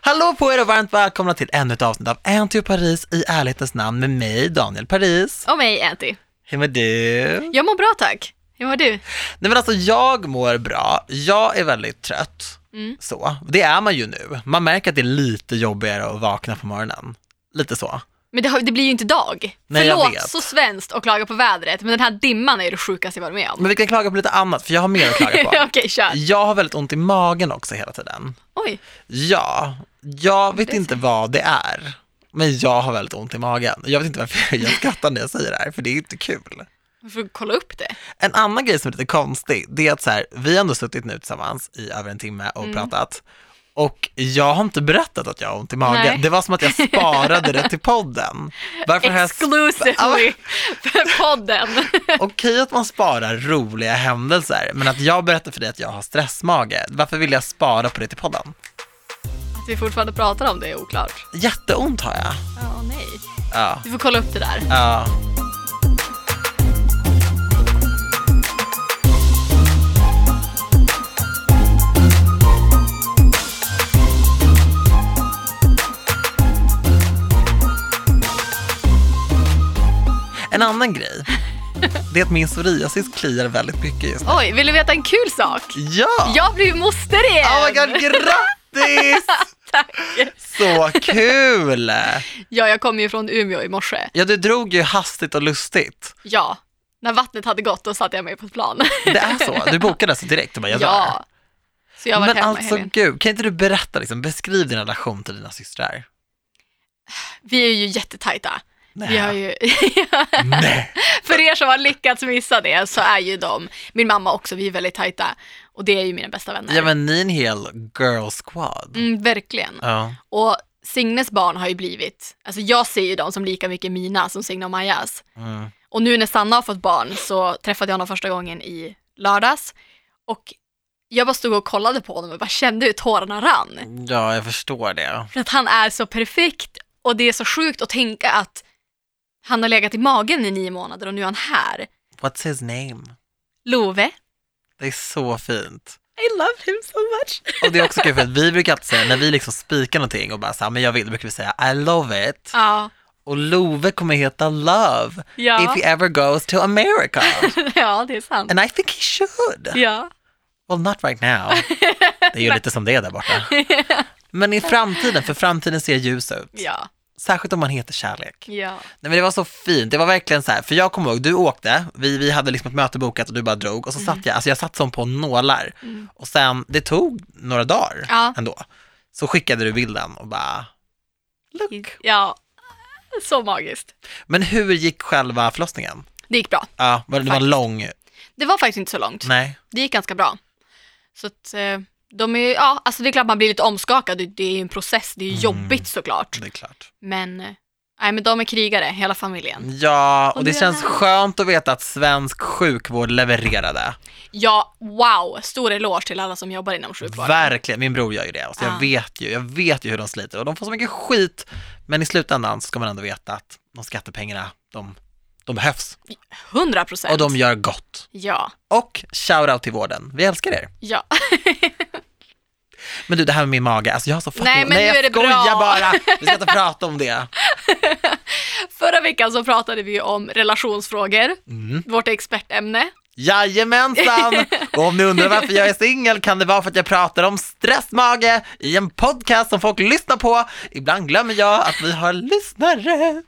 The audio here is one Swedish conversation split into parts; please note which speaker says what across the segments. Speaker 1: Hallå på er och varmt välkomna till ännu ett avsnitt av Anty Paris i ärlighetens namn med mig, Daniel Paris.
Speaker 2: Och mig, Anty.
Speaker 1: Hur mår du?
Speaker 2: Jag mår bra tack. Hur mår du?
Speaker 1: Nej men alltså jag mår bra, jag är väldigt trött.
Speaker 2: Mm.
Speaker 1: Så. Det är man ju nu. Man märker att det är lite jobbigare att vakna på morgonen. Lite så.
Speaker 2: Men det, har, det blir ju inte dag.
Speaker 1: Nej, jag
Speaker 2: Förlåt
Speaker 1: vet.
Speaker 2: så svenskt att klaga på vädret, men den här dimman är ju det sjukaste jag varit med om.
Speaker 1: Men vi kan klaga på lite annat, för jag har mer att klaga på.
Speaker 2: Okej, kör.
Speaker 1: Jag har väldigt ont i magen också hela tiden.
Speaker 2: Oj,
Speaker 1: Ja, jag vet
Speaker 2: Det är
Speaker 1: inte vad det är. Men jag har väldigt ont i magen. Jag vet inte varför jag skrattar när jag säger det här, för det är inte kul.
Speaker 2: vi får kolla upp det.
Speaker 1: En annan grej som är lite konstig, det är att så här, vi har ändå suttit nu tillsammans i över en timme och pratat. Och jag har inte berättat att jag har ont i magen.
Speaker 2: Nej.
Speaker 1: Det var som att jag sparade det till podden. Varför har jag
Speaker 2: Exclusively för podden.
Speaker 1: Okej att man sparar roliga händelser, men att jag berättar för dig att jag har stressmage, varför vill jag spara på det till podden?
Speaker 2: Att vi fortfarande pratar om det är oklart.
Speaker 1: Jätteont har jag.
Speaker 2: Ja, nej.
Speaker 1: Ja.
Speaker 2: Vi får kolla upp det där.
Speaker 1: Ja. En annan grej, det är att min psoriasis kliar väldigt mycket just nu.
Speaker 2: Oj, vill du veta en kul sak?
Speaker 1: Ja!
Speaker 2: Jag blir ju moster igen!
Speaker 1: Oh my god, grattis!
Speaker 2: Tack!
Speaker 1: Så kul!
Speaker 2: Ja, jag kom ju från Umeå i morse.
Speaker 1: Ja, du drog ju hastigt och lustigt.
Speaker 2: Ja, när vattnet hade gått då satte jag mig på ett plan.
Speaker 1: Det är så, du bokade alltså direkt och bara jag drar.
Speaker 2: ja. Så jag har varit
Speaker 1: Men
Speaker 2: hemma i
Speaker 1: alltså
Speaker 2: helgen.
Speaker 1: gud, kan inte du berätta, liksom, beskriv din relation till dina systrar?
Speaker 2: Vi är ju jättetajta. Vi har ju,
Speaker 1: Nej.
Speaker 2: för er som har lyckats missa det så är ju de, min mamma också, vi är väldigt tajta. Och det är ju mina bästa vänner.
Speaker 1: Ja men ni är en hel girl squad.
Speaker 2: mm, verkligen.
Speaker 1: Ja.
Speaker 2: Och Signes barn har ju blivit, alltså jag ser ju dem som lika mycket mina som Signe och Majas.
Speaker 1: Mm.
Speaker 2: Och nu när Sanna har fått barn så träffade jag honom första gången i lördags. Och jag bara stod och kollade på honom och bara kände hur tårarna rann.
Speaker 1: ja, jag förstår det.
Speaker 2: För att han är så perfekt och det är så sjukt att tänka att han har legat i magen i nio månader och nu är han här.
Speaker 1: What's his name?
Speaker 2: Love.
Speaker 1: Det är så fint.
Speaker 2: I love him so much.
Speaker 1: Och det är också kul för att vi brukar alltid säga, när vi liksom spikar någonting och bara så här, men jag vill, då brukar vi säga I love it.
Speaker 2: Ja,
Speaker 1: Och Love kommer heta Love
Speaker 2: ja,
Speaker 1: if he ever goes to America.
Speaker 2: ja det är sant.
Speaker 1: And I think he should.
Speaker 2: Ja.
Speaker 1: Well, not right now. Det är ju lite som det är där borta. Men i framtiden, för framtiden ser ljus ut.
Speaker 2: ja,
Speaker 1: Särskilt om man heter kärlek.
Speaker 2: ja,
Speaker 1: Nej men det var så fint, det var verkligen så här, för jag kommer ihåg, du åkte, vi, vi hade liksom ett möte bokat och du bara drog och så
Speaker 2: Mm.
Speaker 1: satt jag, alltså jag satt som på nålar och sen, det tog några dagar
Speaker 2: Ja.
Speaker 1: ändå, så skickade du bilden och bara, look.
Speaker 2: ja. Så magiskt.
Speaker 1: Men hur gick själva förlossningen?
Speaker 2: Det gick bra.
Speaker 1: Ja, var det det var en
Speaker 2: Faktiskt.
Speaker 1: lång,
Speaker 2: Det var faktiskt inte så långt.
Speaker 1: nej,
Speaker 2: Det gick ganska bra. Så att eh, de är, ja, alltså det är klart man blir lite omskakad. Det- Det är ju en process, det är ju jobbigt såklart.
Speaker 1: det är klart.
Speaker 2: Men, eh, nej men de är krigare, hela familjen.
Speaker 1: Ja, och
Speaker 2: Och
Speaker 1: det
Speaker 2: nu är
Speaker 1: känns
Speaker 2: jag här.
Speaker 1: skönt att veta att svensk sjukvård levererade.
Speaker 2: Ja, wow, stor eloge till alla som jobbar inom sjukvården.
Speaker 1: Verkligen, min bror gör ju det. Så
Speaker 2: Typ Ah.
Speaker 1: jag vet ju, jag vet ju hur de sliter och de får så mycket skit. Men i slutändan så ska man ändå veta att de skattepengarna, de, de behövs.
Speaker 2: 100 procent.
Speaker 1: Och de gör gott.
Speaker 2: Ja,
Speaker 1: Och shout-out till vården, vi älskar er.
Speaker 2: ja.
Speaker 1: Men du, det här med min mage, alltså jag har så fucking...
Speaker 2: Nej, men nu
Speaker 1: jag
Speaker 2: är det bra.
Speaker 1: skojar bara! Vi ska inte prata om det.
Speaker 2: Förra veckan så pratade vi ju om relationsfrågor,
Speaker 1: Mm.
Speaker 2: vårt expertämne.
Speaker 1: Jajamensan! Och om ni undrar varför jag är singel kan det vara för att jag pratar om stressmage i en podcast som folk lyssnar på. Ibland glömmer jag att vi har lyssnare.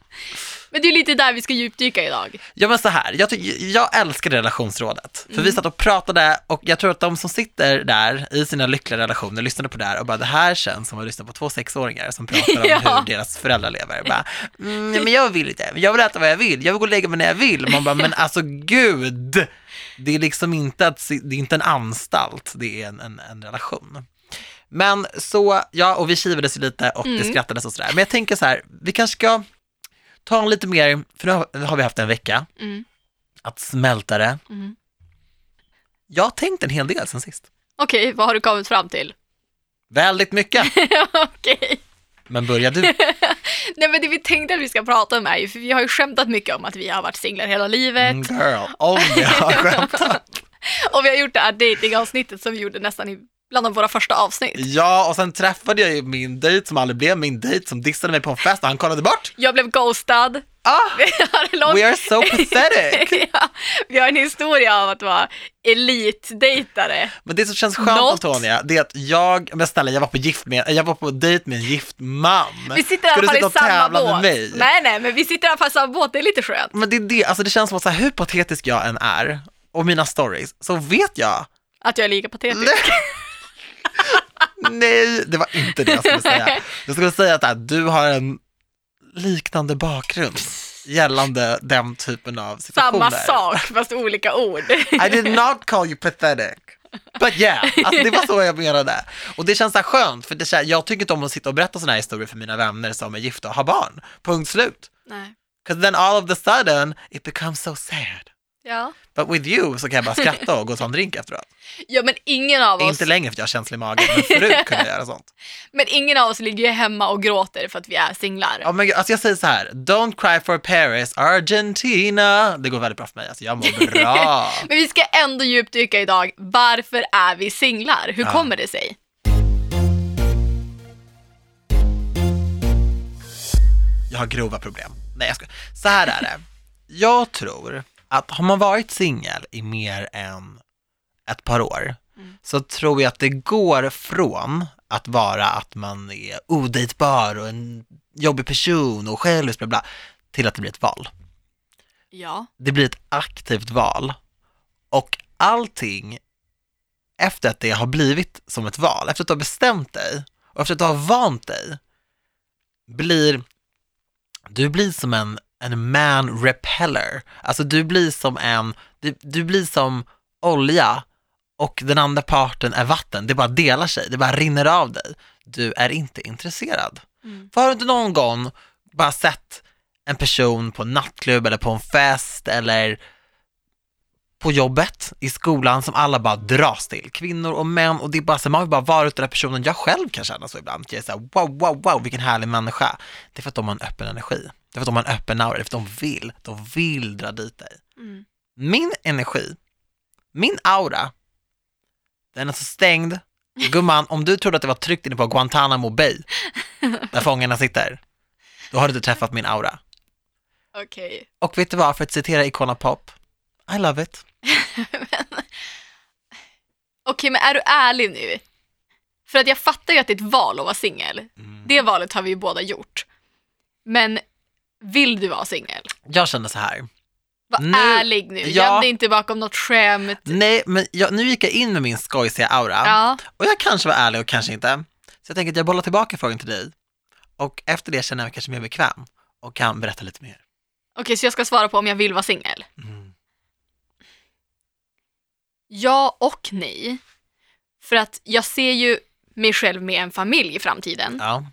Speaker 2: Men det är ju lite där vi ska djupdyka idag.
Speaker 1: Ja men så här, jag, ty- jag älskar relationsrådet. För
Speaker 2: Mm.
Speaker 1: vi satt och pratade och jag tror att de som sitter där i sina lyckliga relationer lyssnade på det här och bara det här känns som att lyssna på två sexåringar som pratar om
Speaker 2: Ja.
Speaker 1: hur deras föräldrar lever. Bara, mm, nej, men jag vill inte, jag vill äta vad jag vill, jag vill gå och lägga mig när jag vill. Man bara, men alltså gud! Det är liksom inte, att, si- det är inte en anstalt, det är en, en, en relation. Men så, ja, och vi kivades ju lite och det
Speaker 2: Mm.
Speaker 1: skrattades och sådär. Men jag tänker så här, vi kanske ska ta en lite mer, för nu har- har vi haft en vecka,
Speaker 2: Mm.
Speaker 1: att smälta det.
Speaker 2: Mm.
Speaker 1: Jag har tänkt en hel del sen sist.
Speaker 2: Okej, vad har du kommit fram till?
Speaker 1: Väldigt mycket.
Speaker 2: Okej.
Speaker 1: Men börja du.
Speaker 2: Nej men det vi tänkte att vi ska prata om är ju, för vi har ju skämtat mycket om att vi har varit singlar hela livet
Speaker 1: Mm, Girl, om jag har skämtat.
Speaker 2: och vi har gjort det här datingavsnittet som vi gjorde nästan i bland våra första avsnitt.
Speaker 1: Ja, och sen träffade jag ju min dejt som aldrig blev min dejt som dissade mig på en fest och han kollade bort.
Speaker 2: Jag blev ghostad.
Speaker 1: Ah,
Speaker 2: Vi har en lång...
Speaker 1: we are so pathetic!
Speaker 2: ja, vi har en historia av att vara elitdejtare.
Speaker 1: Men det som känns skönt
Speaker 2: Not.
Speaker 1: Antonia, det är att jag, men snälla jag var på gift med, jag var på dejt med en gift man.
Speaker 2: Vi sitter
Speaker 1: Ska
Speaker 2: i alla
Speaker 1: du
Speaker 2: fall
Speaker 1: sitta
Speaker 2: i
Speaker 1: och
Speaker 2: samma
Speaker 1: tävla
Speaker 2: båt.
Speaker 1: med mig?
Speaker 2: Nej, nej, men vi sitter i alla fall i samma båt. Det är lite skönt.
Speaker 1: Men det är det, alltså det känns som att så här, hur patetisk jag än är och mina stories, så vet jag.
Speaker 2: Att jag är lika patetisk.
Speaker 1: Nej, det var inte det jag skulle säga. Jag skulle säga att här, du har en liknande bakgrund gällande den typen av situationer.
Speaker 2: Samma sak, fast olika ord.
Speaker 1: I did not call you pathetic. But yeah, alltså det var så jag menade. Och det känns så här skönt, för det är så här, jag tycker inte om att sitta och berätta sådana här historier för mina vänner som är gifta och har barn. Punkt slut.
Speaker 2: nej.
Speaker 1: Because then all of the sudden it becomes so sad.
Speaker 2: Ja.
Speaker 1: But with you så kan jag bara skratta och gå och ta en drink efteråt.
Speaker 2: ja, men ingen av oss,
Speaker 1: Inte längre för jag har känslig mage, men förut kunde jag göra sånt.
Speaker 2: men ingen av oss ligger ju hemma och gråter för att vi är singlar.
Speaker 1: Ja, men, alltså jag säger så här, don't cry for Paris, Argentina. Det går väldigt bra för mig, alltså jag mår bra.
Speaker 2: Men vi ska ändå djupdyka idag. Varför är vi singlar? Hur kommer det sig?
Speaker 1: Jag har grova problem. Nej, jag ska. Så här är det. Jag tror att har man varit singel i mer än ett par år så tror jag att det går från att vara att man är odejtbar och en jobbig person och självisk bla bla, till att det blir ett val.
Speaker 2: Ja.
Speaker 1: Det blir ett aktivt val och allting efter att det har blivit som ett val, efter att du har bestämt dig och efter att du har vant dig, blir, du blir som en, en man repeller. Alltså du blir som en, du, du blir som olja och den andra parten är vatten. Det bara delar sig, det bara rinner av dig. Du är inte intresserad.
Speaker 2: Mm.
Speaker 1: För har du inte någon gång bara sett en person på en nattklubb eller på en fest eller på jobbet, i skolan som alla bara dras till. Kvinnor och män och det är bara så, man vill bara vara ute den här personen. Jag själv kan känna så ibland. Jag är så här, wow, wow, wow, vilken härlig människa. Det är för att de har en öppen energi. Det är för att de har en öppen aura. Det är för att de vill, de vill dra dit dig.
Speaker 2: Mm.
Speaker 1: Min energi, min aura, den är så stängd. Gumman, om du trodde att det var tryggt inne på Guantanamo Bay, där fångarna sitter, då har du inte träffat min aura.
Speaker 2: Okej.
Speaker 1: Och vet du vad, för att citera Icona Pop, I love it.
Speaker 2: Okej, men är du ärlig nu? För att jag fattar ju att det är ett val att vara singel.
Speaker 1: Mm.
Speaker 2: Det valet har vi ju båda gjort. Men vill du vara singel?
Speaker 1: Jag känner så här,
Speaker 2: Var
Speaker 1: Nu-
Speaker 2: ärlig nu.
Speaker 1: Ja.
Speaker 2: Göm dig inte bakom något skämt.
Speaker 1: nej men jag, nu gick jag in med min skojsiga aura
Speaker 2: Ja.
Speaker 1: och jag kanske var ärlig och kanske inte. Så jag tänker att jag bollar tillbaka frågan till dig och efter det känner jag mig kanske mer bekväm och kan berätta lite mer.
Speaker 2: Okej, så jag ska svara på om jag vill vara singel?
Speaker 1: Mm.
Speaker 2: Ja och nej. För att jag ser ju mig själv med en familj i framtiden.
Speaker 1: Ja.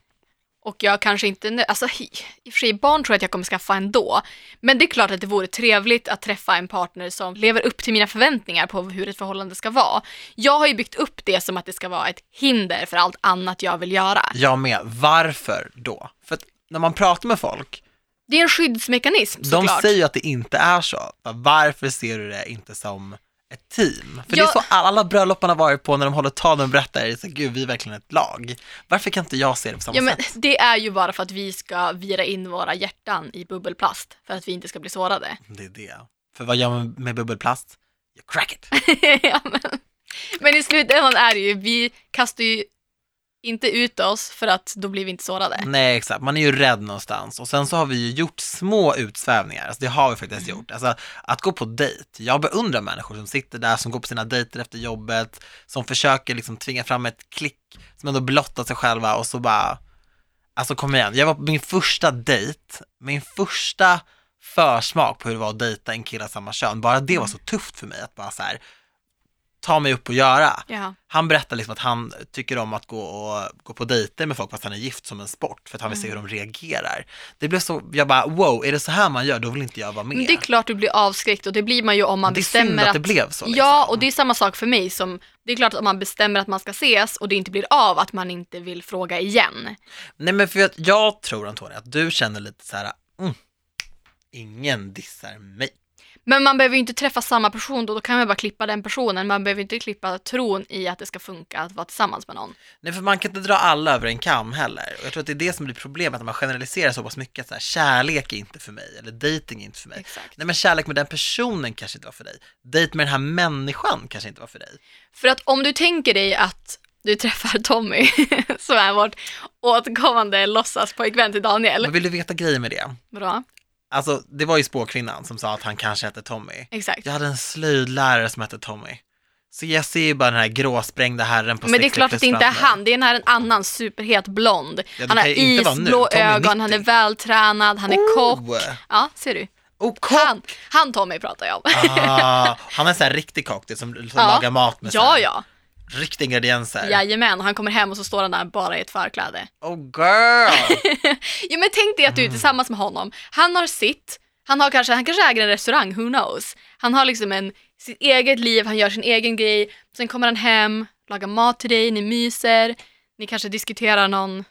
Speaker 2: Och jag kanske inte, nö- alltså i i och för sig barn tror jag att jag kommer skaffa ändå. Men det är klart att det vore trevligt att träffa en partner som lever upp till mina förväntningar på hur ett förhållande ska vara. Jag har ju byggt upp det som att det ska vara ett hinder för allt annat jag vill göra.
Speaker 1: Jag med. Varför då? För att när man pratar med folk,
Speaker 2: Det är en skyddsmekanism
Speaker 1: de
Speaker 2: såklart.
Speaker 1: säger ju att det inte är så. Varför ser du det inte som ett team? För det
Speaker 2: Jag-
Speaker 1: är så alla bröllop man har varit på när de håller tal och berättar, det är så, gud vi är verkligen ett lag. Varför kan inte jag se det på samma
Speaker 2: ja, men
Speaker 1: sätt?
Speaker 2: det är ju bara för att vi ska vira in våra hjärtan i bubbelplast för att vi inte ska bli sårade.
Speaker 1: Det är det. För vad gör man med bubbelplast? You crack it.
Speaker 2: ja, men. men i slutändan är det ju, vi kastar ju inte ut oss för att då blir vi inte sårade.
Speaker 1: Nej, exakt. Man är ju rädd någonstans. Och sen så har vi ju gjort små utsvävningar. Alltså, det har vi faktiskt gjort. Alltså, att gå på dejt. Jag beundrar människor som sitter där, som går på sina dejter efter jobbet, som försöker liksom tvinga fram ett klick, som ändå blottar sig själva och så bara, alltså kom igen. Jag var på min första dejt, min första försmak på hur det var att dejta en kille av samma kön. Bara det var så tufft för mig att bara så här, ta mig upp och göra.
Speaker 2: Ja.
Speaker 1: Han berättar liksom att han tycker om att gå, och, gå på dejter med folk fast han är gift som en sport för att han vill se hur de
Speaker 2: Mm.
Speaker 1: reagerar. Det blev så, jag bara wow, är det så här man gör, då vill inte jag vara med.
Speaker 2: Men det är klart du blir avskräckt och det blir man ju om man
Speaker 1: Det är synd
Speaker 2: bestämmer
Speaker 1: att det blev så. Liksom.
Speaker 2: Ja, och det är samma sak för mig som, det är klart att om man bestämmer att man ska ses och det inte blir av, att man inte vill fråga igen.
Speaker 1: Nej men för att jag tror Antonija att du känner lite så här, mm, ingen dissar mig.
Speaker 2: Men man behöver ju inte träffa samma person då, då kan man bara klippa den personen. Man behöver inte klippa tron i att det ska funka att vara tillsammans med någon.
Speaker 1: Nej, för man kan inte dra alla över en kam heller. Och jag tror att det är det som blir problemet, att man generaliserar så pass mycket, att så här, kärlek är inte för mig, eller dating är inte för mig.
Speaker 2: Exakt.
Speaker 1: Nej, men kärlek med den personen kanske inte var för dig. Dejt med den här människan kanske inte var för dig.
Speaker 2: För att om du tänker dig att du träffar Tommy, som är vårt återkommande låtsaspojkvän till
Speaker 1: Men
Speaker 2: Daniel.
Speaker 1: vill du veta grejen med det?
Speaker 2: Bra,
Speaker 1: Alltså, det var ju spåkvinnan som sa att han kanske hette Tommy.
Speaker 2: exakt.
Speaker 1: Jag hade en slöjdlärare som hette Tommy. Så jag ser ju bara den här gråsprängda herren på
Speaker 2: Men det är
Speaker 1: 60
Speaker 2: klart
Speaker 1: plus
Speaker 2: att det inte är
Speaker 1: framför mig.
Speaker 2: han, det är när en annan superhet blond.
Speaker 1: det
Speaker 2: han har
Speaker 1: kan ju inte vara nu.
Speaker 2: isblå
Speaker 1: Tommy är
Speaker 2: ögon, han är
Speaker 1: 90.
Speaker 2: vältränad, han är kock.
Speaker 1: Oh,
Speaker 2: Ja, ser du?
Speaker 1: oh kock!
Speaker 2: Han, han Tommy pratar jag om.
Speaker 1: Ah, han är en sån här riktig kock, det är som, som
Speaker 2: Ja.
Speaker 1: lagar mat med så
Speaker 2: Ja,
Speaker 1: här
Speaker 2: ja.
Speaker 1: riktiga ingredienser.
Speaker 2: Jajamän, och han kommer hem och så står han där bara i ett förkläde.
Speaker 1: Oh girl!
Speaker 2: Jo men tänk dig att du är tillsammans med honom. Han har sitt, han, har kanske, han kanske äger en restaurang, who knows. Han har liksom en, sitt eget liv, han gör sin egen grej. Sen kommer han hem, lagar mat till dig, ni myser, ni kanske diskuterar någon,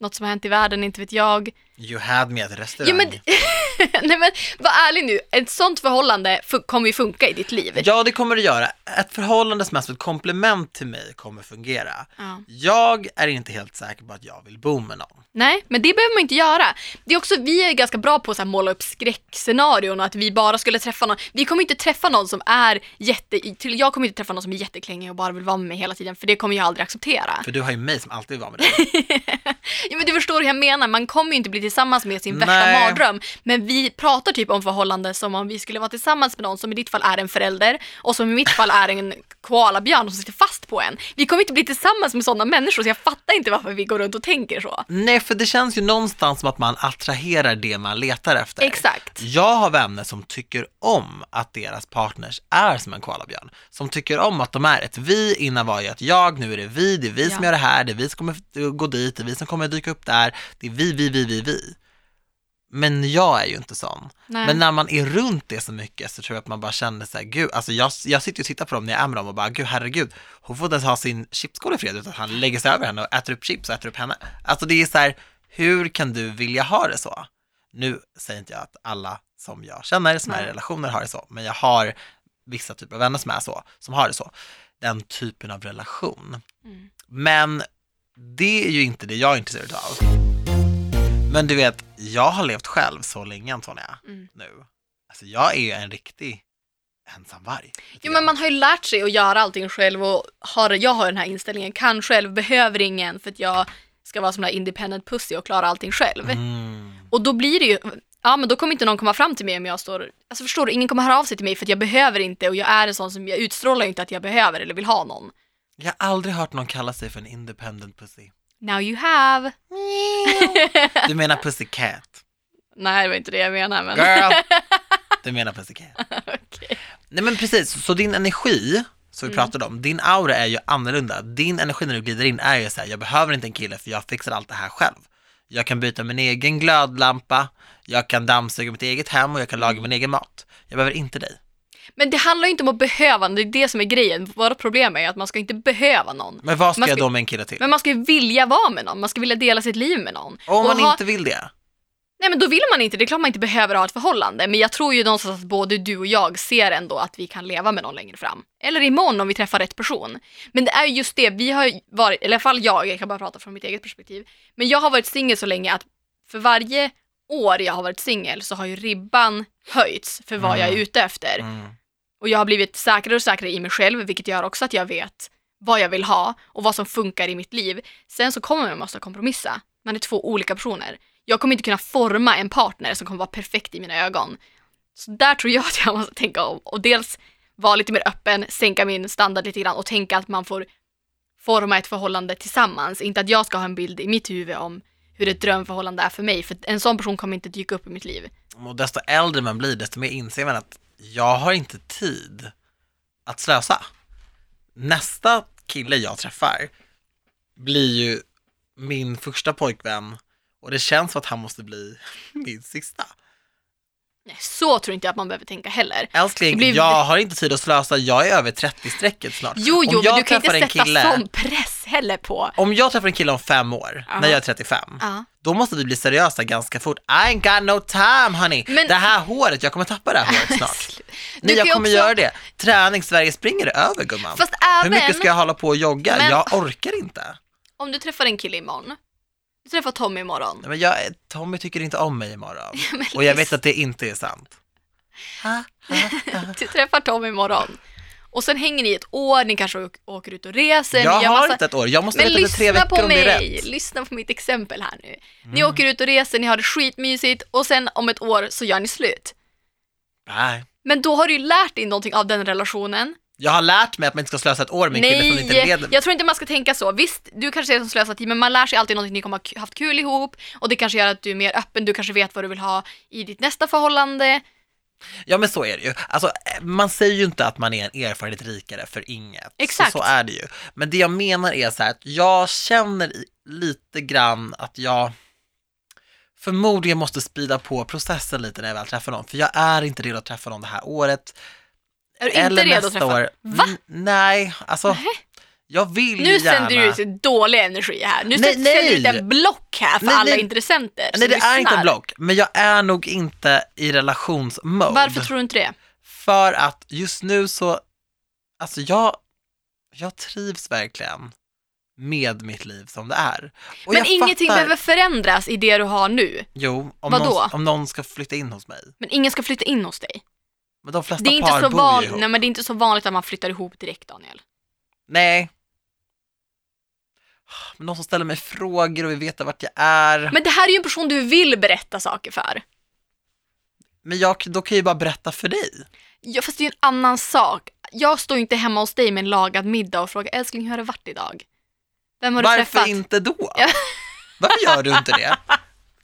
Speaker 2: något som har hänt i världen, inte vet jag.
Speaker 1: You had me at restaurang.
Speaker 2: Jo, men, nej men var ärlig nu, ett sånt förhållande fun- kommer ju funka i ditt liv.
Speaker 1: Ja, det kommer det göra. Ett förhållande som är som ett komplement till mig kommer fungera.
Speaker 2: Ja.
Speaker 1: Jag är inte helt säker på att jag vill bo med någon.
Speaker 2: Nej, men det behöver man inte göra. Det är också, vi är ganska bra på att så här måla upp skräckscenarion och att vi bara skulle träffa någon. Vi kommer inte träffa någon som är jätte... Till, jag kommer inte träffa någon som är jätteklängig och bara vill vara med mig hela tiden, för det kommer jag aldrig acceptera.
Speaker 1: För du har ju mig som alltid vill vara med dig.
Speaker 2: Ja, men du förstår hur jag menar, man kommer ju inte bli tillsammans med sin värsta
Speaker 1: Nej.
Speaker 2: mardröm. Men vi pratar typ om förhållanden som om vi skulle vara tillsammans med någon som i ditt fall är en förälder och som i mitt fall är en koalabjörn som sitter fast på en. Vi kommer inte bli tillsammans med sådana människor, så jag fattar inte varför vi går runt och tänker så.
Speaker 1: Nej, för det känns ju någonstans som att man attraherar det man letar efter.
Speaker 2: Exakt.
Speaker 1: Jag har vänner som tycker om att deras partners är som en koalabjörn. Som tycker om att de är ett vi, innan var jag ett jag, nu är det vi, det är vi som
Speaker 2: Ja.
Speaker 1: gör det här, det är vi som kommer f- gå dit, det är vi som kommer dyka upp där, det är vi, vi, vi, vi, vi. Men jag är ju inte sån.
Speaker 2: Nej.
Speaker 1: Men när man är runt det så mycket så tror jag att man bara känner så här, gud, alltså jag, jag sitter ju och tittar på dem när jag är med dem och bara, gud herregud, hon får inte ens ha sin chipskål i fred utan han lägger sig över henne och äter upp chips och äter upp henne. Alltså det är så här, hur kan du vilja ha det så? Nu säger inte jag att alla som jag känner som är i
Speaker 2: Nej.
Speaker 1: relationer har det så, men jag har vissa typer av vänner som är så, som har det så. Den typen av relation.
Speaker 2: Mm.
Speaker 1: Men det är ju inte det jag är intresserad av. Men du vet, jag har levt själv så länge Antonia,
Speaker 2: Mm.
Speaker 1: nu. Alltså jag är ju en riktig ensamvarg.
Speaker 2: Jo men man har ju lärt sig att göra allting själv och har, jag har den här inställningen, kan själv, behöver ingen för att jag ska vara som den här independent pussy och klara allting själv.
Speaker 1: Mm.
Speaker 2: Och då blir det ju, ja men då kommer inte någon komma fram till mig om jag står, alltså förstår du, ingen kommer höra av sig till mig för att jag behöver inte och jag är en sån som, jag utstrålar ju inte att jag behöver eller vill ha någon.
Speaker 1: Jag har aldrig hört någon kalla sig för en independent pussy.
Speaker 2: Now you have.
Speaker 1: Du menar pussycat.
Speaker 2: Nej det var inte det jag menade men.
Speaker 1: Girl! Du menar pussycat.
Speaker 2: Okej. Mm.
Speaker 1: Nej men precis, så din energi som vi pratade om, din aura är ju annorlunda. Din energi när du glider in är ju så här, jag behöver inte en kille för jag fixar allt det här själv. Jag kan byta min egen glödlampa, jag kan dammsuga mitt eget hem och jag kan
Speaker 2: Mm.
Speaker 1: laga min egen mat. Jag behöver inte dig.
Speaker 2: Men det handlar ju inte om att behöva, det är det som är grejen. Vårt problem är ju att man ska inte behöva någon.
Speaker 1: Men vad ska,
Speaker 2: Man ska-
Speaker 1: jag då med en kille till?
Speaker 2: Men man ska ju vilja vara med någon, man ska vilja dela sitt liv med någon.
Speaker 1: Om
Speaker 2: Och
Speaker 1: man
Speaker 2: ha-
Speaker 1: inte vill det?
Speaker 2: Nej men då vill man inte, det är klart man inte behöver ha ett förhållande. Men jag tror ju någonstans att både du och jag ser ändå att vi kan leva med någon längre fram. Eller imorgon om vi träffar rätt person. Men det är ju just det, vi har ju varit, eller i alla fall jag, jag kan bara prata från mitt eget perspektiv. Men jag har varit singel så länge att för varje år jag har varit singel så har ju ribban höjts för vad jag är
Speaker 1: Mm.
Speaker 2: ute efter.
Speaker 1: Mm.
Speaker 2: Och jag har blivit säkrare och säkrare i mig själv, vilket gör också att jag vet vad jag vill ha och vad som funkar i mitt liv. Sen så kommer man måste kompromissa. Man är två olika personer. Jag kommer inte kunna forma en partner som kommer vara perfekt i mina ögon. Så där tror jag att jag måste tänka om. Och dels vara lite mer öppen, sänka min standard lite grann och tänka att man får forma ett förhållande tillsammans. Inte att jag ska ha en bild i mitt huvud om hur ett drömförhållande är för mig, för en sån person kommer inte dyka upp i mitt liv.
Speaker 1: Och desto äldre man blir, desto mer inser man att jag har inte tid att slösa. Nästa kille jag träffar blir ju min första pojkvän och det känns som att han måste bli min sista.
Speaker 2: Nej, så tror inte jag att man behöver tänka heller.
Speaker 1: Älskling,
Speaker 2: Det blir-
Speaker 1: jag har inte tid att slösa, jag är över 30-strecket snart.
Speaker 2: Jo, jo,
Speaker 1: om jag
Speaker 2: men du kan
Speaker 1: träffar
Speaker 2: inte
Speaker 1: en
Speaker 2: sätta
Speaker 1: kille,
Speaker 2: sån press heller på.
Speaker 1: Om jag träffar en kille om fem år,
Speaker 2: Ja.
Speaker 1: när jag är 35,
Speaker 2: Ja.
Speaker 1: då måste vi bli seriösa ganska fort. I ain't got no time honey!
Speaker 2: Men-
Speaker 1: Det här håret, jag kommer tappa det här håret snart.
Speaker 2: Du
Speaker 1: Nej, jag
Speaker 2: kan ju
Speaker 1: kommer
Speaker 2: också-
Speaker 1: göra det. Träning, Sverige springer det över gumman.
Speaker 2: Fast
Speaker 1: Hur
Speaker 2: även
Speaker 1: mycket ska jag hålla på och jogga?
Speaker 2: Men-
Speaker 1: Jag orkar inte.
Speaker 2: om du träffar en kille imorgon. Du träffar Tommy imorgon.
Speaker 1: Nej, men jag, Tommy tycker inte om mig imorgon. och jag vet att det inte är sant. Ha, ha, ha.
Speaker 2: Du träffar Tommy imorgon. Och sen hänger ni ett år, ni kanske åk- åker ut och reser. ni
Speaker 1: Jag
Speaker 2: gör
Speaker 1: har
Speaker 2: massa-
Speaker 1: inte ett år, jag måste
Speaker 2: Men
Speaker 1: veta efter tre
Speaker 2: lyssna
Speaker 1: veckor
Speaker 2: på
Speaker 1: om det är
Speaker 2: mig,
Speaker 1: rätt. Mm.
Speaker 2: lyssna på mitt exempel här nu. Ni åker ut och reser, ni har det skitmysigt och sen om ett år så gör ni slut.
Speaker 1: Nej.
Speaker 2: Men då har du ju lärt dig någonting av den relationen.
Speaker 1: Jag har lärt mig att man inte ska slösa ett år med en kille som inte leder mig.
Speaker 2: jag tror inte man ska tänka så. Visst, du kanske är som slösar tid, men man lär sig alltid någonting ni kommer ha k- haft kul ihop och det kanske gör att du är mer öppen, du kanske vet vad du vill ha i ditt nästa förhållande.
Speaker 1: Ja men så är det ju. Alltså, eh, man säger ju inte att man är en erfarenhet rikare för inget.
Speaker 2: Exakt.
Speaker 1: Så, så är det ju. Men det jag menar är så här att jag känner i- lite grann att jag förmodligen måste speeda på processen lite när jag väl träffar någon. För jag är inte redo att träffa någon det här året.
Speaker 2: Är du
Speaker 1: eller
Speaker 2: inte
Speaker 1: nästa
Speaker 2: redo att träffa?
Speaker 1: år.
Speaker 2: Va?
Speaker 1: Mm, nej, alltså. Jag vill ju
Speaker 2: Nu
Speaker 1: gärna.
Speaker 2: sänder du ut dålig energi här. Nu
Speaker 1: Nej,
Speaker 2: sänder du ut
Speaker 1: nej.
Speaker 2: en block här för
Speaker 1: Nej,
Speaker 2: alla
Speaker 1: nej.
Speaker 2: intressenter. som
Speaker 1: Nej det är inte en
Speaker 2: lyssnar.
Speaker 1: block, men jag är nog inte i relationsmode.
Speaker 2: Varför tror du inte det?
Speaker 1: För att just nu så, alltså jag, jag trivs verkligen med mitt liv som det är. Och
Speaker 2: Men
Speaker 1: jag
Speaker 2: ingenting
Speaker 1: fattar-
Speaker 2: behöver förändras i det du har nu.
Speaker 1: Jo, om
Speaker 2: Vadå?
Speaker 1: någon, om någon ska flytta in hos mig.
Speaker 2: Men ingen ska flytta in hos dig.
Speaker 1: Men de flesta
Speaker 2: Det är, inte
Speaker 1: par
Speaker 2: så
Speaker 1: bor ju
Speaker 2: van...
Speaker 1: ihop.
Speaker 2: Nej, men det är inte så vanligt att man flyttar ihop direkt, Daniel.
Speaker 1: Nej. Men någon som ställer mig frågor och vill veta vart jag är. Men,
Speaker 2: Men det här är ju en person du vill berätta saker för.
Speaker 1: jag, då kan jag ju bara berätta för dig.
Speaker 2: Ja, fast det är ju en annan sak. Jag står ju inte hemma hos dig med en lagad middag och frågar älskling, hur har det varit idag? Vem har du
Speaker 1: Varför
Speaker 2: träffat?
Speaker 1: inte då?
Speaker 2: Ja.
Speaker 1: Varför gör du inte det?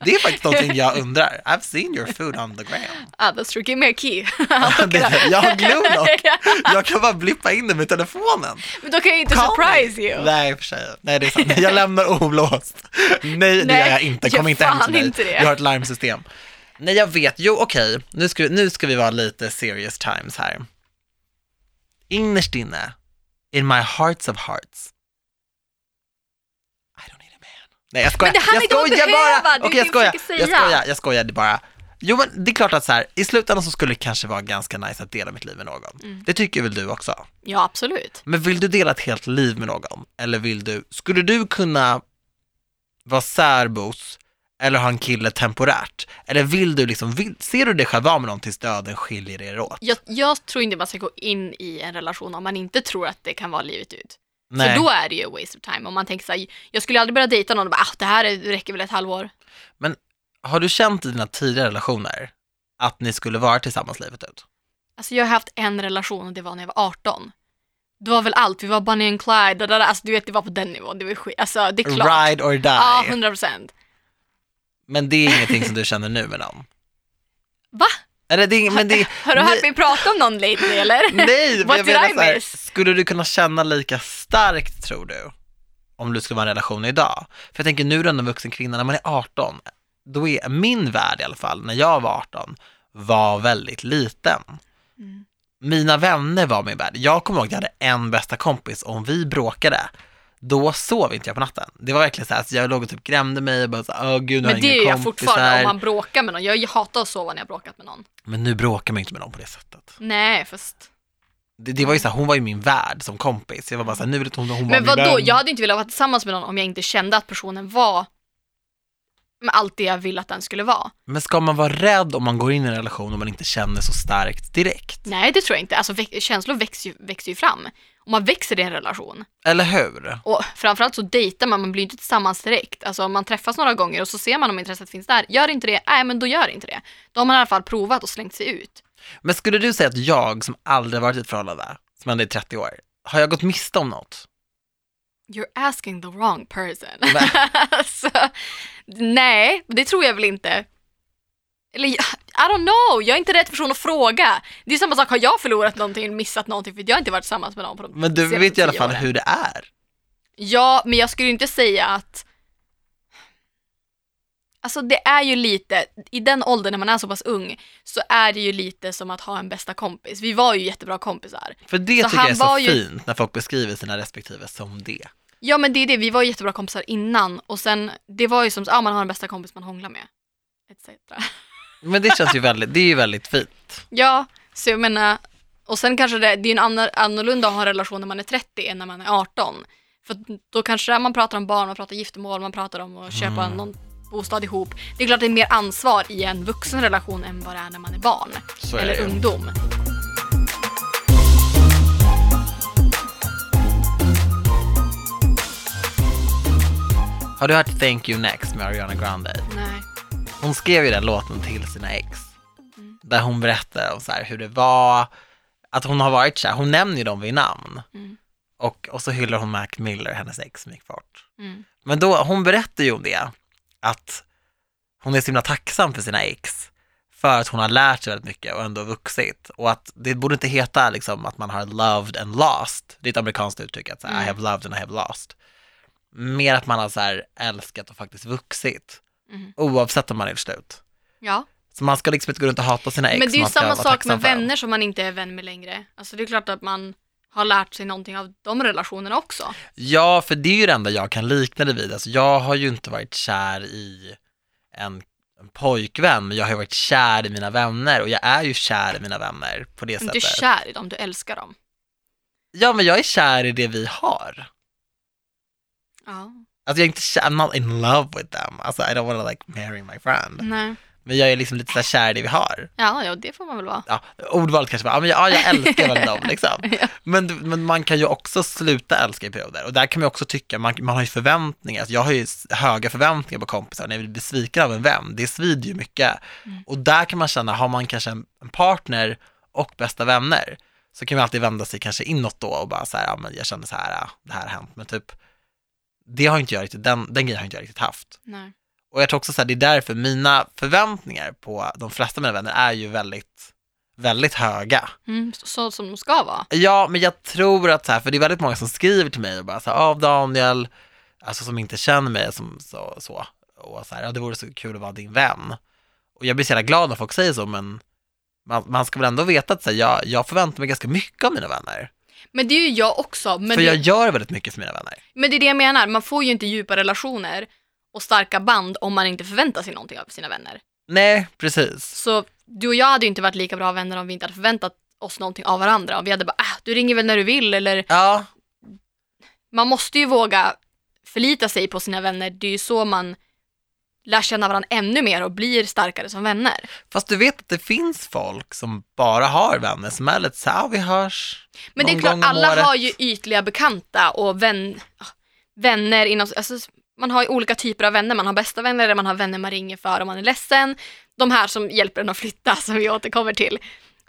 Speaker 1: Det är faktiskt någonting jag undrar. I've seen your food on the gram.
Speaker 2: Ah, that's true. Give me a key.
Speaker 1: jag har Glonock. Jag kan bara blippa in det med telefonen.
Speaker 2: men då kan jag ju inte
Speaker 1: Call me.
Speaker 2: surprise you.
Speaker 1: Nej, i och för sig. Nej, det är sant. Jag lämnar olåst. Nej, det gör jag inte.
Speaker 2: gör
Speaker 1: Kom inte hem
Speaker 2: fan
Speaker 1: till mig.
Speaker 2: inte det.
Speaker 1: Jag har ett larmsystem. Nej, jag vet. Jo, okej. Nu, ska, vi- nu ska vi vara lite serious times här. Innerst inne, in my hearts of hearts. I don't need a man. Nej, jag skojar.
Speaker 2: Men det här
Speaker 1: jag
Speaker 2: är inte
Speaker 1: skojar
Speaker 2: att behöva. Det är
Speaker 1: bara.
Speaker 2: det
Speaker 1: Okej, jag
Speaker 2: jag
Speaker 1: skojar.
Speaker 2: försöker
Speaker 1: Jag
Speaker 2: säga.
Speaker 1: skojar. Jag skojade bara. Jo, men det är klart att så här, i slutändan så skulle det kanske vara ganska nice att dela mitt liv med någon.
Speaker 2: Mm.
Speaker 1: Det tycker väl du också?
Speaker 2: Ja, absolut.
Speaker 1: Men vill du dela ett helt liv med någon? Eller vill du, skulle du kunna vara särbos eller ha en kille temporärt? Eller vill du liksom, vill, ser du dig själv vara med någon tills döden skiljer er åt?
Speaker 2: Jag, jag tror inte man ska gå in i en relation om man inte tror att det kan vara livet ut.
Speaker 1: Nej,
Speaker 2: Så då är det ju a waste of time. Om man tänker såhär, jag skulle aldrig börja dejta någon och bara, ah, det här är- räcker väl ett halvår.
Speaker 1: har du känt i dina tidigare relationer att ni skulle vara tillsammans livet ut?
Speaker 2: Alltså jag har haft en relation och det var när jag var 18. Det var väl allt, vi var Bonnie and Clyde, da, da, da. alltså du vet det var på den nivån, det var skit. Alltså det är klart.
Speaker 1: Ride or die.
Speaker 2: Ja, 100 procent.
Speaker 1: Men det är ingenting som du känner nu med någon?
Speaker 2: Va?
Speaker 1: Eller det är, men det,
Speaker 2: Har du hört mig prata om någon lately eller?
Speaker 1: Nej, men
Speaker 2: What
Speaker 1: jag
Speaker 2: did
Speaker 1: menar
Speaker 2: I
Speaker 1: så här,
Speaker 2: miss?
Speaker 1: skulle du kunna känna lika starkt tror du, om du skulle vara i en relation idag? För jag tänker nu är du ändå en vuxen kvinna, när man är 18, då är min värld i alla fall, när jag var 18, var väldigt liten.
Speaker 2: Mm.
Speaker 1: Mina vänner var min värld. Jag kommer ihåg att jag hade en bästa kompis, och om vi bråkade, då sov inte jag på natten. Det var verkligen så här, så jag låg och typ grämde mig och bara så här, åh gud, nu har
Speaker 2: Men
Speaker 1: jag
Speaker 2: det
Speaker 1: inga
Speaker 2: är jag
Speaker 1: kompisar.
Speaker 2: fortfarande om man bråkar med någon. Jag hatar att sova när jag bråkat med någon.
Speaker 1: Men nu bråkar man ju inte med någon på det sättet.
Speaker 2: Nej, fast.
Speaker 1: Det, det var ju så här, hon var ju min värld som kompis. Jag var bara så här, nu vet hon, hon var
Speaker 2: Men
Speaker 1: min
Speaker 2: vadå,
Speaker 1: vän.
Speaker 2: jag hade inte velat vara tillsammans med någon om jag inte kände att personen var med allt det jag ville att den skulle vara.
Speaker 1: Men ska man vara rädd om man går in i en relation och man inte känner så starkt direkt?
Speaker 2: Nej, det tror jag inte. Alltså, vä- känslor växer ju, växer ju fram. Och man växer i en relation.
Speaker 1: Eller hur?
Speaker 2: Och framförallt så dejtar man, man blir ju inte tillsammans direkt. Alltså om man träffas några gånger och så ser man om intresset finns där. Gör inte det, nej men då gör inte det. Då har man i alla fall provat och slängt sig ut.
Speaker 1: Men skulle du säga att jag som aldrig varit i ett förhållande, som ändå är 30 år, har jag gått miste om något?
Speaker 2: You're asking the wrong person.
Speaker 1: Men-
Speaker 2: alltså, nej, det tror jag väl inte. Eller, jag- I don't know, jag är inte rätt person att fråga. Det är samma sak, har jag förlorat någonting, missat någonting, för jag har inte varit tillsammans med någon på de
Speaker 1: Men du
Speaker 2: senaste
Speaker 1: vet ju i alla
Speaker 2: tio
Speaker 1: fall
Speaker 2: åren.
Speaker 1: hur det är.
Speaker 2: Ja, men jag skulle ju inte säga att... Alltså det är ju lite, i den åldern när man är så pass ung, så är det ju lite som att ha en bästa kompis. Vi var ju jättebra kompisar.
Speaker 1: För det
Speaker 2: Så
Speaker 1: tycker jag är
Speaker 2: han
Speaker 1: så
Speaker 2: var ju-
Speaker 1: fint när folk beskriver sina respektive som det.
Speaker 2: Ja men det är det, vi var ju jättebra kompisar innan och sen, det var ju som, ja man har en bästa kompis man hånglar med. Etc.
Speaker 1: Men det känns ju väldigt, det är ju väldigt fint.
Speaker 2: Ja, så jag menar, och sen kanske det, det är ju en annan, annorlunda att ha en relation när man är 30 än när man är 18. För att då kanske det är- man pratar om barn, man pratar giftermål, man pratar om att köpa
Speaker 1: Mm.
Speaker 2: någon bostad ihop. Det är klart det är mer ansvar i en vuxen relation än vad det är när man är barn
Speaker 1: Så är det
Speaker 2: eller
Speaker 1: ju.
Speaker 2: ungdom.
Speaker 1: Har du hört Thank You Next med Ariana Grande?
Speaker 2: Nej.
Speaker 1: Hon skrev ju den låten till sina ex. Där hon berättar om så här hur det var, att hon har varit kär, hon nämner ju dem vid namn.
Speaker 2: Mm.
Speaker 1: Och, och så hyllar hon Mac Miller, hennes ex som gick bort.
Speaker 2: Mm.
Speaker 1: Men då, hon berättar ju om det, att hon är så himla tacksam för sina ex. För att hon har lärt sig väldigt mycket och ändå vuxit. Och att det borde inte heta liksom att man har loved and lost. Det är ett amerikanskt uttryck, att så här,
Speaker 2: Mm.
Speaker 1: I have loved and I have lost. Mer att man har så här älskat och faktiskt vuxit.
Speaker 2: Mm.
Speaker 1: Oavsett om man är slut.
Speaker 2: Ja.
Speaker 1: Så man ska liksom inte gå runt och hata sina ex.
Speaker 2: Men det är ju
Speaker 1: man ska
Speaker 2: samma
Speaker 1: vara
Speaker 2: sak
Speaker 1: tacksam
Speaker 2: med
Speaker 1: för dem.
Speaker 2: vänner som man inte är vän med längre. Alltså det är klart att man har lärt sig någonting av de relationerna också.
Speaker 1: Ja, för det är ju det enda jag kan likna det vid. Alltså, jag har ju inte varit kär i en, en pojkvän, men jag har ju varit kär i mina vänner och jag är ju kär i mina vänner på det
Speaker 2: Du är inte
Speaker 1: sättet.
Speaker 2: kär i dem, du älskar dem.
Speaker 1: Ja, men jag är kär i det vi har.
Speaker 2: Ja.
Speaker 1: Alltså jag är inte kär, I'm not in love with them. Alltså I don't wanna like marry my friend.
Speaker 2: Nej.
Speaker 1: Men jag är liksom lite så här kär i det vi har.
Speaker 2: Ja, ja, det får man väl vara.
Speaker 1: Ja, ordvalet kanske var, ja, men jag, ja, jag älskar väl dem liksom.
Speaker 2: Ja.
Speaker 1: Men, men man kan ju också sluta älska i perioder och där kan man också tycka, man, man har ju förväntningar, alltså jag har ju s- höga förväntningar på kompisar, när jag blir besviken av en vän, det svider ju mycket. Och där kan man känna, har man kanske en, en partner och bästa vänner, så kan man alltid vända sig kanske inåt då och bara så här, ja men jag känner så här, ja, det här har hänt, men typ, det har inte jag riktigt, den, den grejen har inte jag riktigt haft.
Speaker 2: Nej.
Speaker 1: Och jag tror också så här, det är därför mina förväntningar på de flesta av mina vänner är ju väldigt, väldigt höga.
Speaker 2: Mm, så, så som de ska vara.
Speaker 1: Ja, men jag tror att så här, för det är väldigt många som skriver till mig och bara så här, av Daniel, alltså som inte känner mig som så, så och så här, ja det vore så kul att vara din vän. Och jag blir så jävla glad när folk säger så, men man, man ska väl ändå veta att så här, jag, jag förväntar mig ganska mycket av mina vänner.
Speaker 2: Men det är ju jag också. Men,
Speaker 1: för
Speaker 2: det,
Speaker 1: jag gör väldigt mycket för mina vänner.
Speaker 2: men det är det jag menar, man får ju inte djupa relationer och starka band om man inte förväntar sig någonting av sina vänner.
Speaker 1: Nej, precis.
Speaker 2: Så du och jag hade ju inte varit lika bra vänner om vi inte hade förväntat oss någonting av varandra. Om vi hade bara, äh, du ringer väl när du vill eller
Speaker 1: Ja,
Speaker 2: man måste ju våga förlita sig på sina vänner. Det är ju så man lär känna varandra ännu mer och blir starkare som vänner.
Speaker 1: fast du vet att det finns folk som bara har vänner som är lite så här, "Ah, vi hörs.
Speaker 2: Men det
Speaker 1: någon
Speaker 2: är klart,
Speaker 1: gång om
Speaker 2: alla
Speaker 1: året."
Speaker 2: har ju ytliga bekanta och vän, vänner inom... Alltså, man har ju olika typer av vänner. Man har bästa vänner, eller man har vänner man ringer för om man är ledsen. De här som hjälper en att flytta, som vi återkommer till.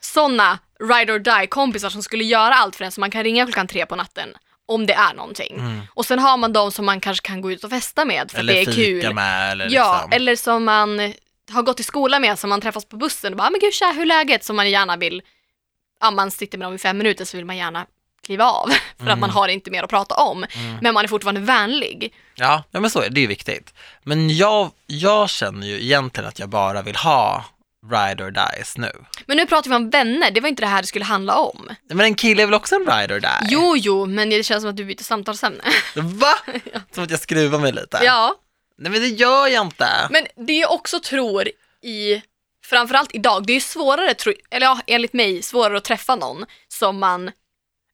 Speaker 2: Sådana ride or die-kompisar som skulle göra allt för en, så man kan ringa klockan tre på natten om det är någonting.
Speaker 1: Mm.
Speaker 2: Och sen har man de som man kanske kan gå ut och festa med för
Speaker 1: Eller
Speaker 2: att det är kul.
Speaker 1: fika med eller
Speaker 2: ja,
Speaker 1: liksom.
Speaker 2: eller som man har gått i skola med, som man träffas på bussen och bara, "Ah, men gud tja, hur är läget? Som man gärna vill, ja man sitter med dem i fem minuter så vill man gärna kliva av för att
Speaker 1: Mm.
Speaker 2: man har inte mer att prata om. Men man är fortfarande vänlig.
Speaker 1: Ja, ja men så är det, det är ju viktigt. Men jag, jag känner ju egentligen att jag bara vill ha ride or dies nu.
Speaker 2: Men nu pratar vi om vänner, det var inte det här det skulle handla om.
Speaker 1: Men en kille är väl också en ride or die?
Speaker 2: Jo, jo, men det känns som att du byter samtalsämne.
Speaker 1: Va? Som att jag skruvar mig lite.
Speaker 2: ja,
Speaker 1: Nej men det gör jag inte.
Speaker 2: men det jag också tror i, framförallt idag, det är ju svårare, tror- eller ja, enligt mig, svårare att träffa någon som man,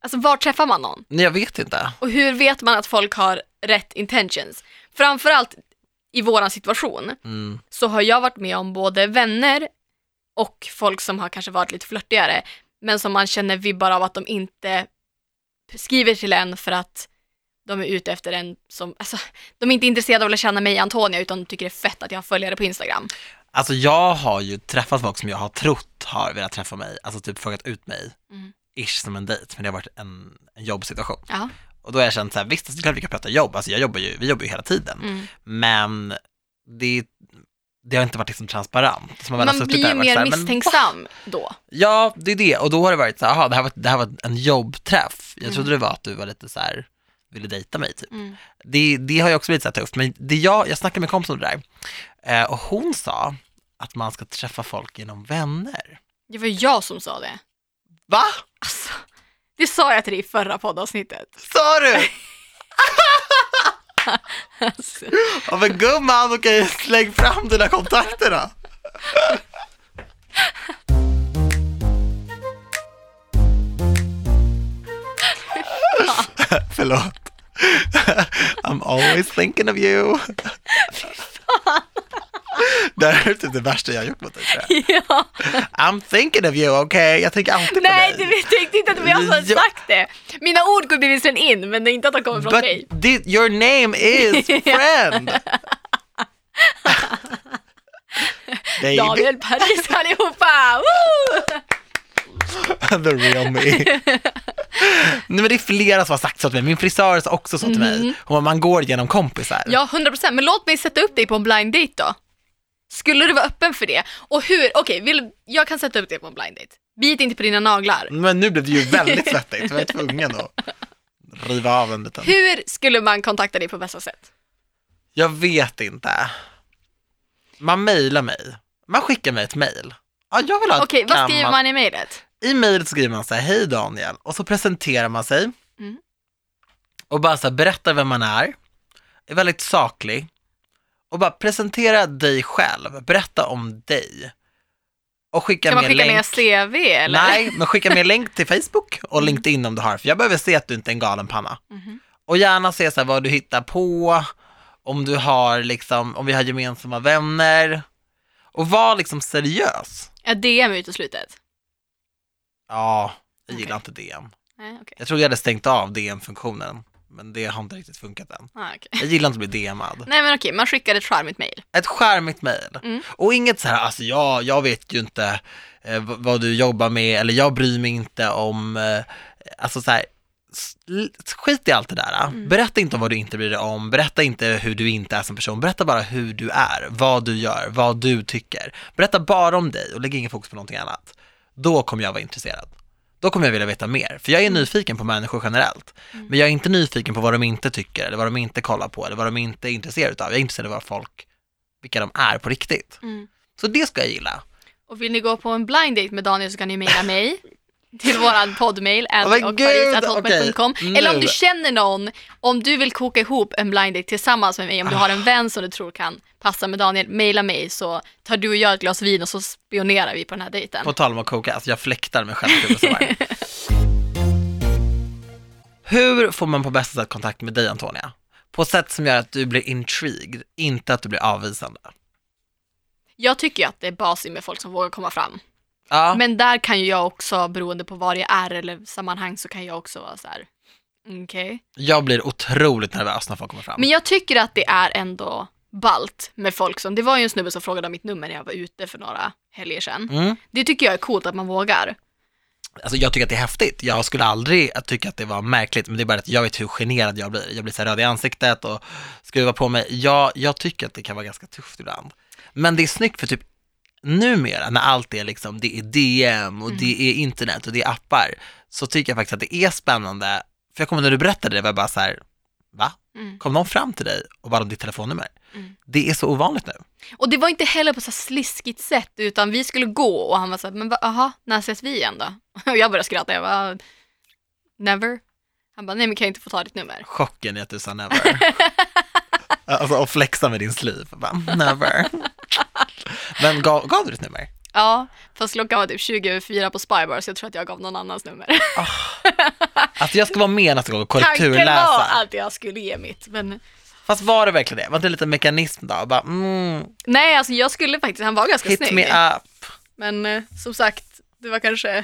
Speaker 2: alltså var träffar man någon?
Speaker 1: Nej jag vet inte.
Speaker 2: Och hur vet man att folk har rätt intentions? Framförallt i våran situation
Speaker 1: Mm.
Speaker 2: så har jag varit med om både vänner och folk som har kanske varit lite flörtigare men som man känner vibbar av att de inte skriver till en för att de är ute efter en som, alltså de är inte intresserade av att lära känna mig Antonia utan de tycker det är fett att jag har följare på Instagram.
Speaker 1: Alltså jag har ju träffat folk som jag har trott har velat träffa mig, alltså typ frågat ut mig.
Speaker 2: Mm.
Speaker 1: Ish som en dejt, men det har varit en, en jobbsituation.
Speaker 2: Ja.
Speaker 1: Och då har jag känt så här, visst det är klart vi kan prata jobb, alltså jag jobbar ju, vi jobbar ju hela tiden.
Speaker 2: Mm.
Speaker 1: Men det, det har inte varit liksom transparent. Så väl har
Speaker 2: Man
Speaker 1: suttit
Speaker 2: blir
Speaker 1: där
Speaker 2: ju
Speaker 1: och varit så här,
Speaker 2: mer
Speaker 1: men
Speaker 2: misstänksam då.
Speaker 1: Ja, det är det. Och då har det varit så här, aha, det här var, det här var en jobbträff. Jag trodde det var att du var lite så här ville dejta mig. Typ.
Speaker 2: Mm.
Speaker 1: Det, det har ju också blivit så här tufft, men det jag, jag snackade med en kompis om det där eh, och hon sa att man ska träffa folk genom vänner.
Speaker 2: Det var ju jag som sa det.
Speaker 1: Va?
Speaker 2: Alltså, det sa jag till dig i förra poddavsnittet.
Speaker 1: Sa du?
Speaker 2: Alltså,
Speaker 1: Ja men gumman, okej, släng fram dina kontakter då. Förlåt. I'm always thinking of you. Det här är typ det värsta jag har gjort mot dig tror jag.
Speaker 2: ja.
Speaker 1: I'm thinking of you, okej? Jag tänker alltid
Speaker 2: Nej,
Speaker 1: på dig.
Speaker 2: du tänkte inte att det var jag som hade
Speaker 1: Jo.
Speaker 2: sagt det. Mina ord går bevisligen in, men det är inte att de kommer från dig.
Speaker 1: But thi- your name is friend. Baby.
Speaker 2: Daniel Paris allihopa! Woo!
Speaker 1: The real me. Nej, men det är flera som har sagt så till mig. Min frisör sa också så till mig. Hon bara, man går genom kompisar.
Speaker 2: Mhm. Ja, 100%. Men låt mig sätta upp dig på en blind date då. Skulle du vara öppen för det? Och hur? Okej, vill, jag kan sätta upp dig på en blind date. Bit inte på dina naglar.
Speaker 1: Men nu blev det ju väldigt svettigt. Jag var tvungen att riva av en liten.
Speaker 2: Hur skulle man kontakta dig på bästa sätt?
Speaker 1: Jag vet inte. Man mejlar mig. Man skickar mig ett mejl. Ja, jag vill ha ett
Speaker 2: Okej, vad skriver
Speaker 1: gammalt-
Speaker 2: man i mejlet?
Speaker 1: I mejlet skriver man så här, hej Daniel. Och så presenterar man sig.
Speaker 2: Mm.
Speaker 1: Och bara så här, berättar vem man är. Är väldigt saklig. Och bara presentera dig själv. Berätta om dig. Och skicka
Speaker 2: Kan
Speaker 1: med
Speaker 2: man skicka
Speaker 1: länk.
Speaker 2: med CV eller? Mm.
Speaker 1: Nej, men skicka med länk till Facebook och LinkedIn om du har. För jag behöver se att du inte är en galen panna.
Speaker 2: Mhm.
Speaker 1: Och gärna se så här, vad du hittar på. Om du har liksom, om vi har gemensamma vänner. Och var liksom seriös.
Speaker 2: Är DM uteslutet?
Speaker 1: Ja, jag
Speaker 2: Okej.
Speaker 1: gillar inte DM.
Speaker 2: Nej, okej.
Speaker 1: Jag trodde jag hade stängt av DM-funktionen, men det har inte riktigt funkat än.
Speaker 2: Ah, okej.
Speaker 1: Jag gillar inte att bli DMad.
Speaker 2: Nej men okej, man skickar ett charmigt mejl.
Speaker 1: Ett charmigt mejl.
Speaker 2: Mm.
Speaker 1: Och inget så här, alltså jag, jag vet ju inte eh, v- vad du jobbar med eller jag bryr mig inte om, eh, alltså så här, s- l- skit i allt det där. eh. Berätta inte om vad du inte bryr dig om, berätta inte hur du inte är som person, berätta bara hur du är, vad du gör, vad du tycker. Berätta bara om dig och lägg ingen fokus på någonting annat. Då kommer jag vara intresserad. Då kommer jag vilja veta mer, för jag är nyfiken på människor generellt. Men jag är inte nyfiken på vad de inte tycker, eller vad de inte kollar på, eller vad de inte är intresserade av. Jag är intresserad av vad folk, vilka de är på riktigt.
Speaker 2: Mm.
Speaker 1: Så det ska jag gilla.
Speaker 2: Och vill ni gå på en blind date med Daniel så kan ni mejla mig till våran poddmail
Speaker 1: men gud,
Speaker 2: antiochparis.hotmail.com
Speaker 1: okej,
Speaker 2: Eller om
Speaker 1: nu.
Speaker 2: du känner någon, om du vill koka ihop en blind date tillsammans med mig, om du har
Speaker 1: Ah.
Speaker 2: en vän som du tror kan passa med Daniel, mejla mig så tar du och jag ett glas vin och så spionerar vi på den här dejten.
Speaker 1: På tal om att koka, alltså jag fläktar mig själv till så här. Hur får man på bästa sätt kontakt med dig Antonia? På sätt som gör att du blir intrigued, inte att du blir avvisande.
Speaker 2: Jag tycker ju att det är basigt med folk som vågar komma fram.
Speaker 1: Ja,
Speaker 2: Men där kan ju jag också, beroende på var jag är eller sammanhang, så kan jag också vara så här. mm, okej.
Speaker 1: jag blir otroligt nervös när folk kommer fram.
Speaker 2: Men jag tycker att det är ändå balt med folk som, det var ju en snubbe som frågade om mitt nummer när jag var ute för några helger sedan.
Speaker 1: Mm.
Speaker 2: Det tycker jag är coolt att man vågar.
Speaker 1: Alltså jag tycker att det är häftigt. Jag skulle aldrig att tycka att det var märkligt, men det är bara att jag vet hur generad jag blir. Jag blir så här röd i ansiktet och skruvar på mig. Jag, jag tycker att det kan vara ganska tufft ibland. Men det är snyggt för typ numera när allt är liksom, det är DM och
Speaker 2: Mm.
Speaker 1: det är internet och det är appar, så tycker jag faktiskt att det är spännande. För jag kommer när du berättade det var jag bara så här, va?
Speaker 2: Mm.
Speaker 1: Kom någon fram till dig och bad om ditt telefonnummer?
Speaker 2: Mm.
Speaker 1: Det är så ovanligt nu.
Speaker 2: Och det var inte heller på så här sliskigt sätt utan vi skulle gå och han var så här, men va- aha, när ses vi igen då? Och jag började skratta, jag bara, never. Han bara, nej men kan jag inte få ta ditt nummer?
Speaker 1: Chocken i att du sa never. alltså och flexa med din sleeve. Bara, never. Men gav, gav du ditt nummer?
Speaker 2: Ja, fast klockan var typ 20 över fyra på Spybar så jag tror att jag gav någon annans nummer.
Speaker 1: Alltså jag ska vara med nästa gång och
Speaker 2: Tanken var
Speaker 1: korrekturläsa.
Speaker 2: att jag skulle ge mitt, men
Speaker 1: Fast var det verkligen det? Var det en liten mekanism då? Bara, mm,
Speaker 2: nej alltså jag skulle faktiskt, han var ganska
Speaker 1: hit
Speaker 2: snygg.
Speaker 1: me up.
Speaker 2: Men eh, som sagt, det var kanske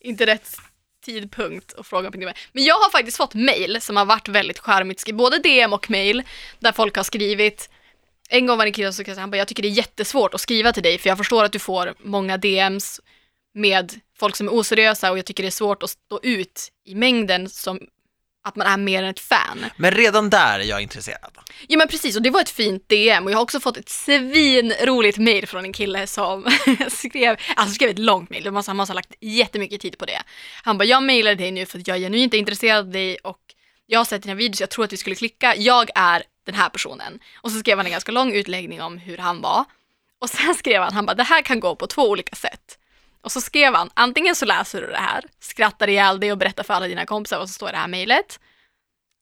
Speaker 2: inte rätt tidpunkt att fråga på det. Men jag har faktiskt fått mejl som har varit väldigt charmigt, skri- både DM och mejl, där folk har skrivit en gång var det en kille som sa, han bara, jag tycker det är jättesvårt att skriva till dig för jag förstår att du får många DMs med folk som är oseriösa och jag tycker det är svårt att stå ut i mängden som att man är mer än ett fan.
Speaker 1: Men redan där är jag intresserad.
Speaker 2: Ja men precis, och det var ett fint DM och jag har också fått ett svinroligt mejl från en kille som skrev, alltså han skrev ett långt mejl, han måste han måste ha lagt jättemycket tid på det. Han bara, jag mejlar dig nu för att jag är genuint intresserad av dig och jag har sett dina videos, jag tror att vi skulle klicka, jag är den här personen. Och så skrev han en ganska lång utläggning om hur han var. Och sen skrev han, han bara, det här kan gå på två olika sätt. Och så skrev han, antingen så läser du det här, skrattar ihjäl dig och berättar för alla dina kompisar vad som står i det här mejlet.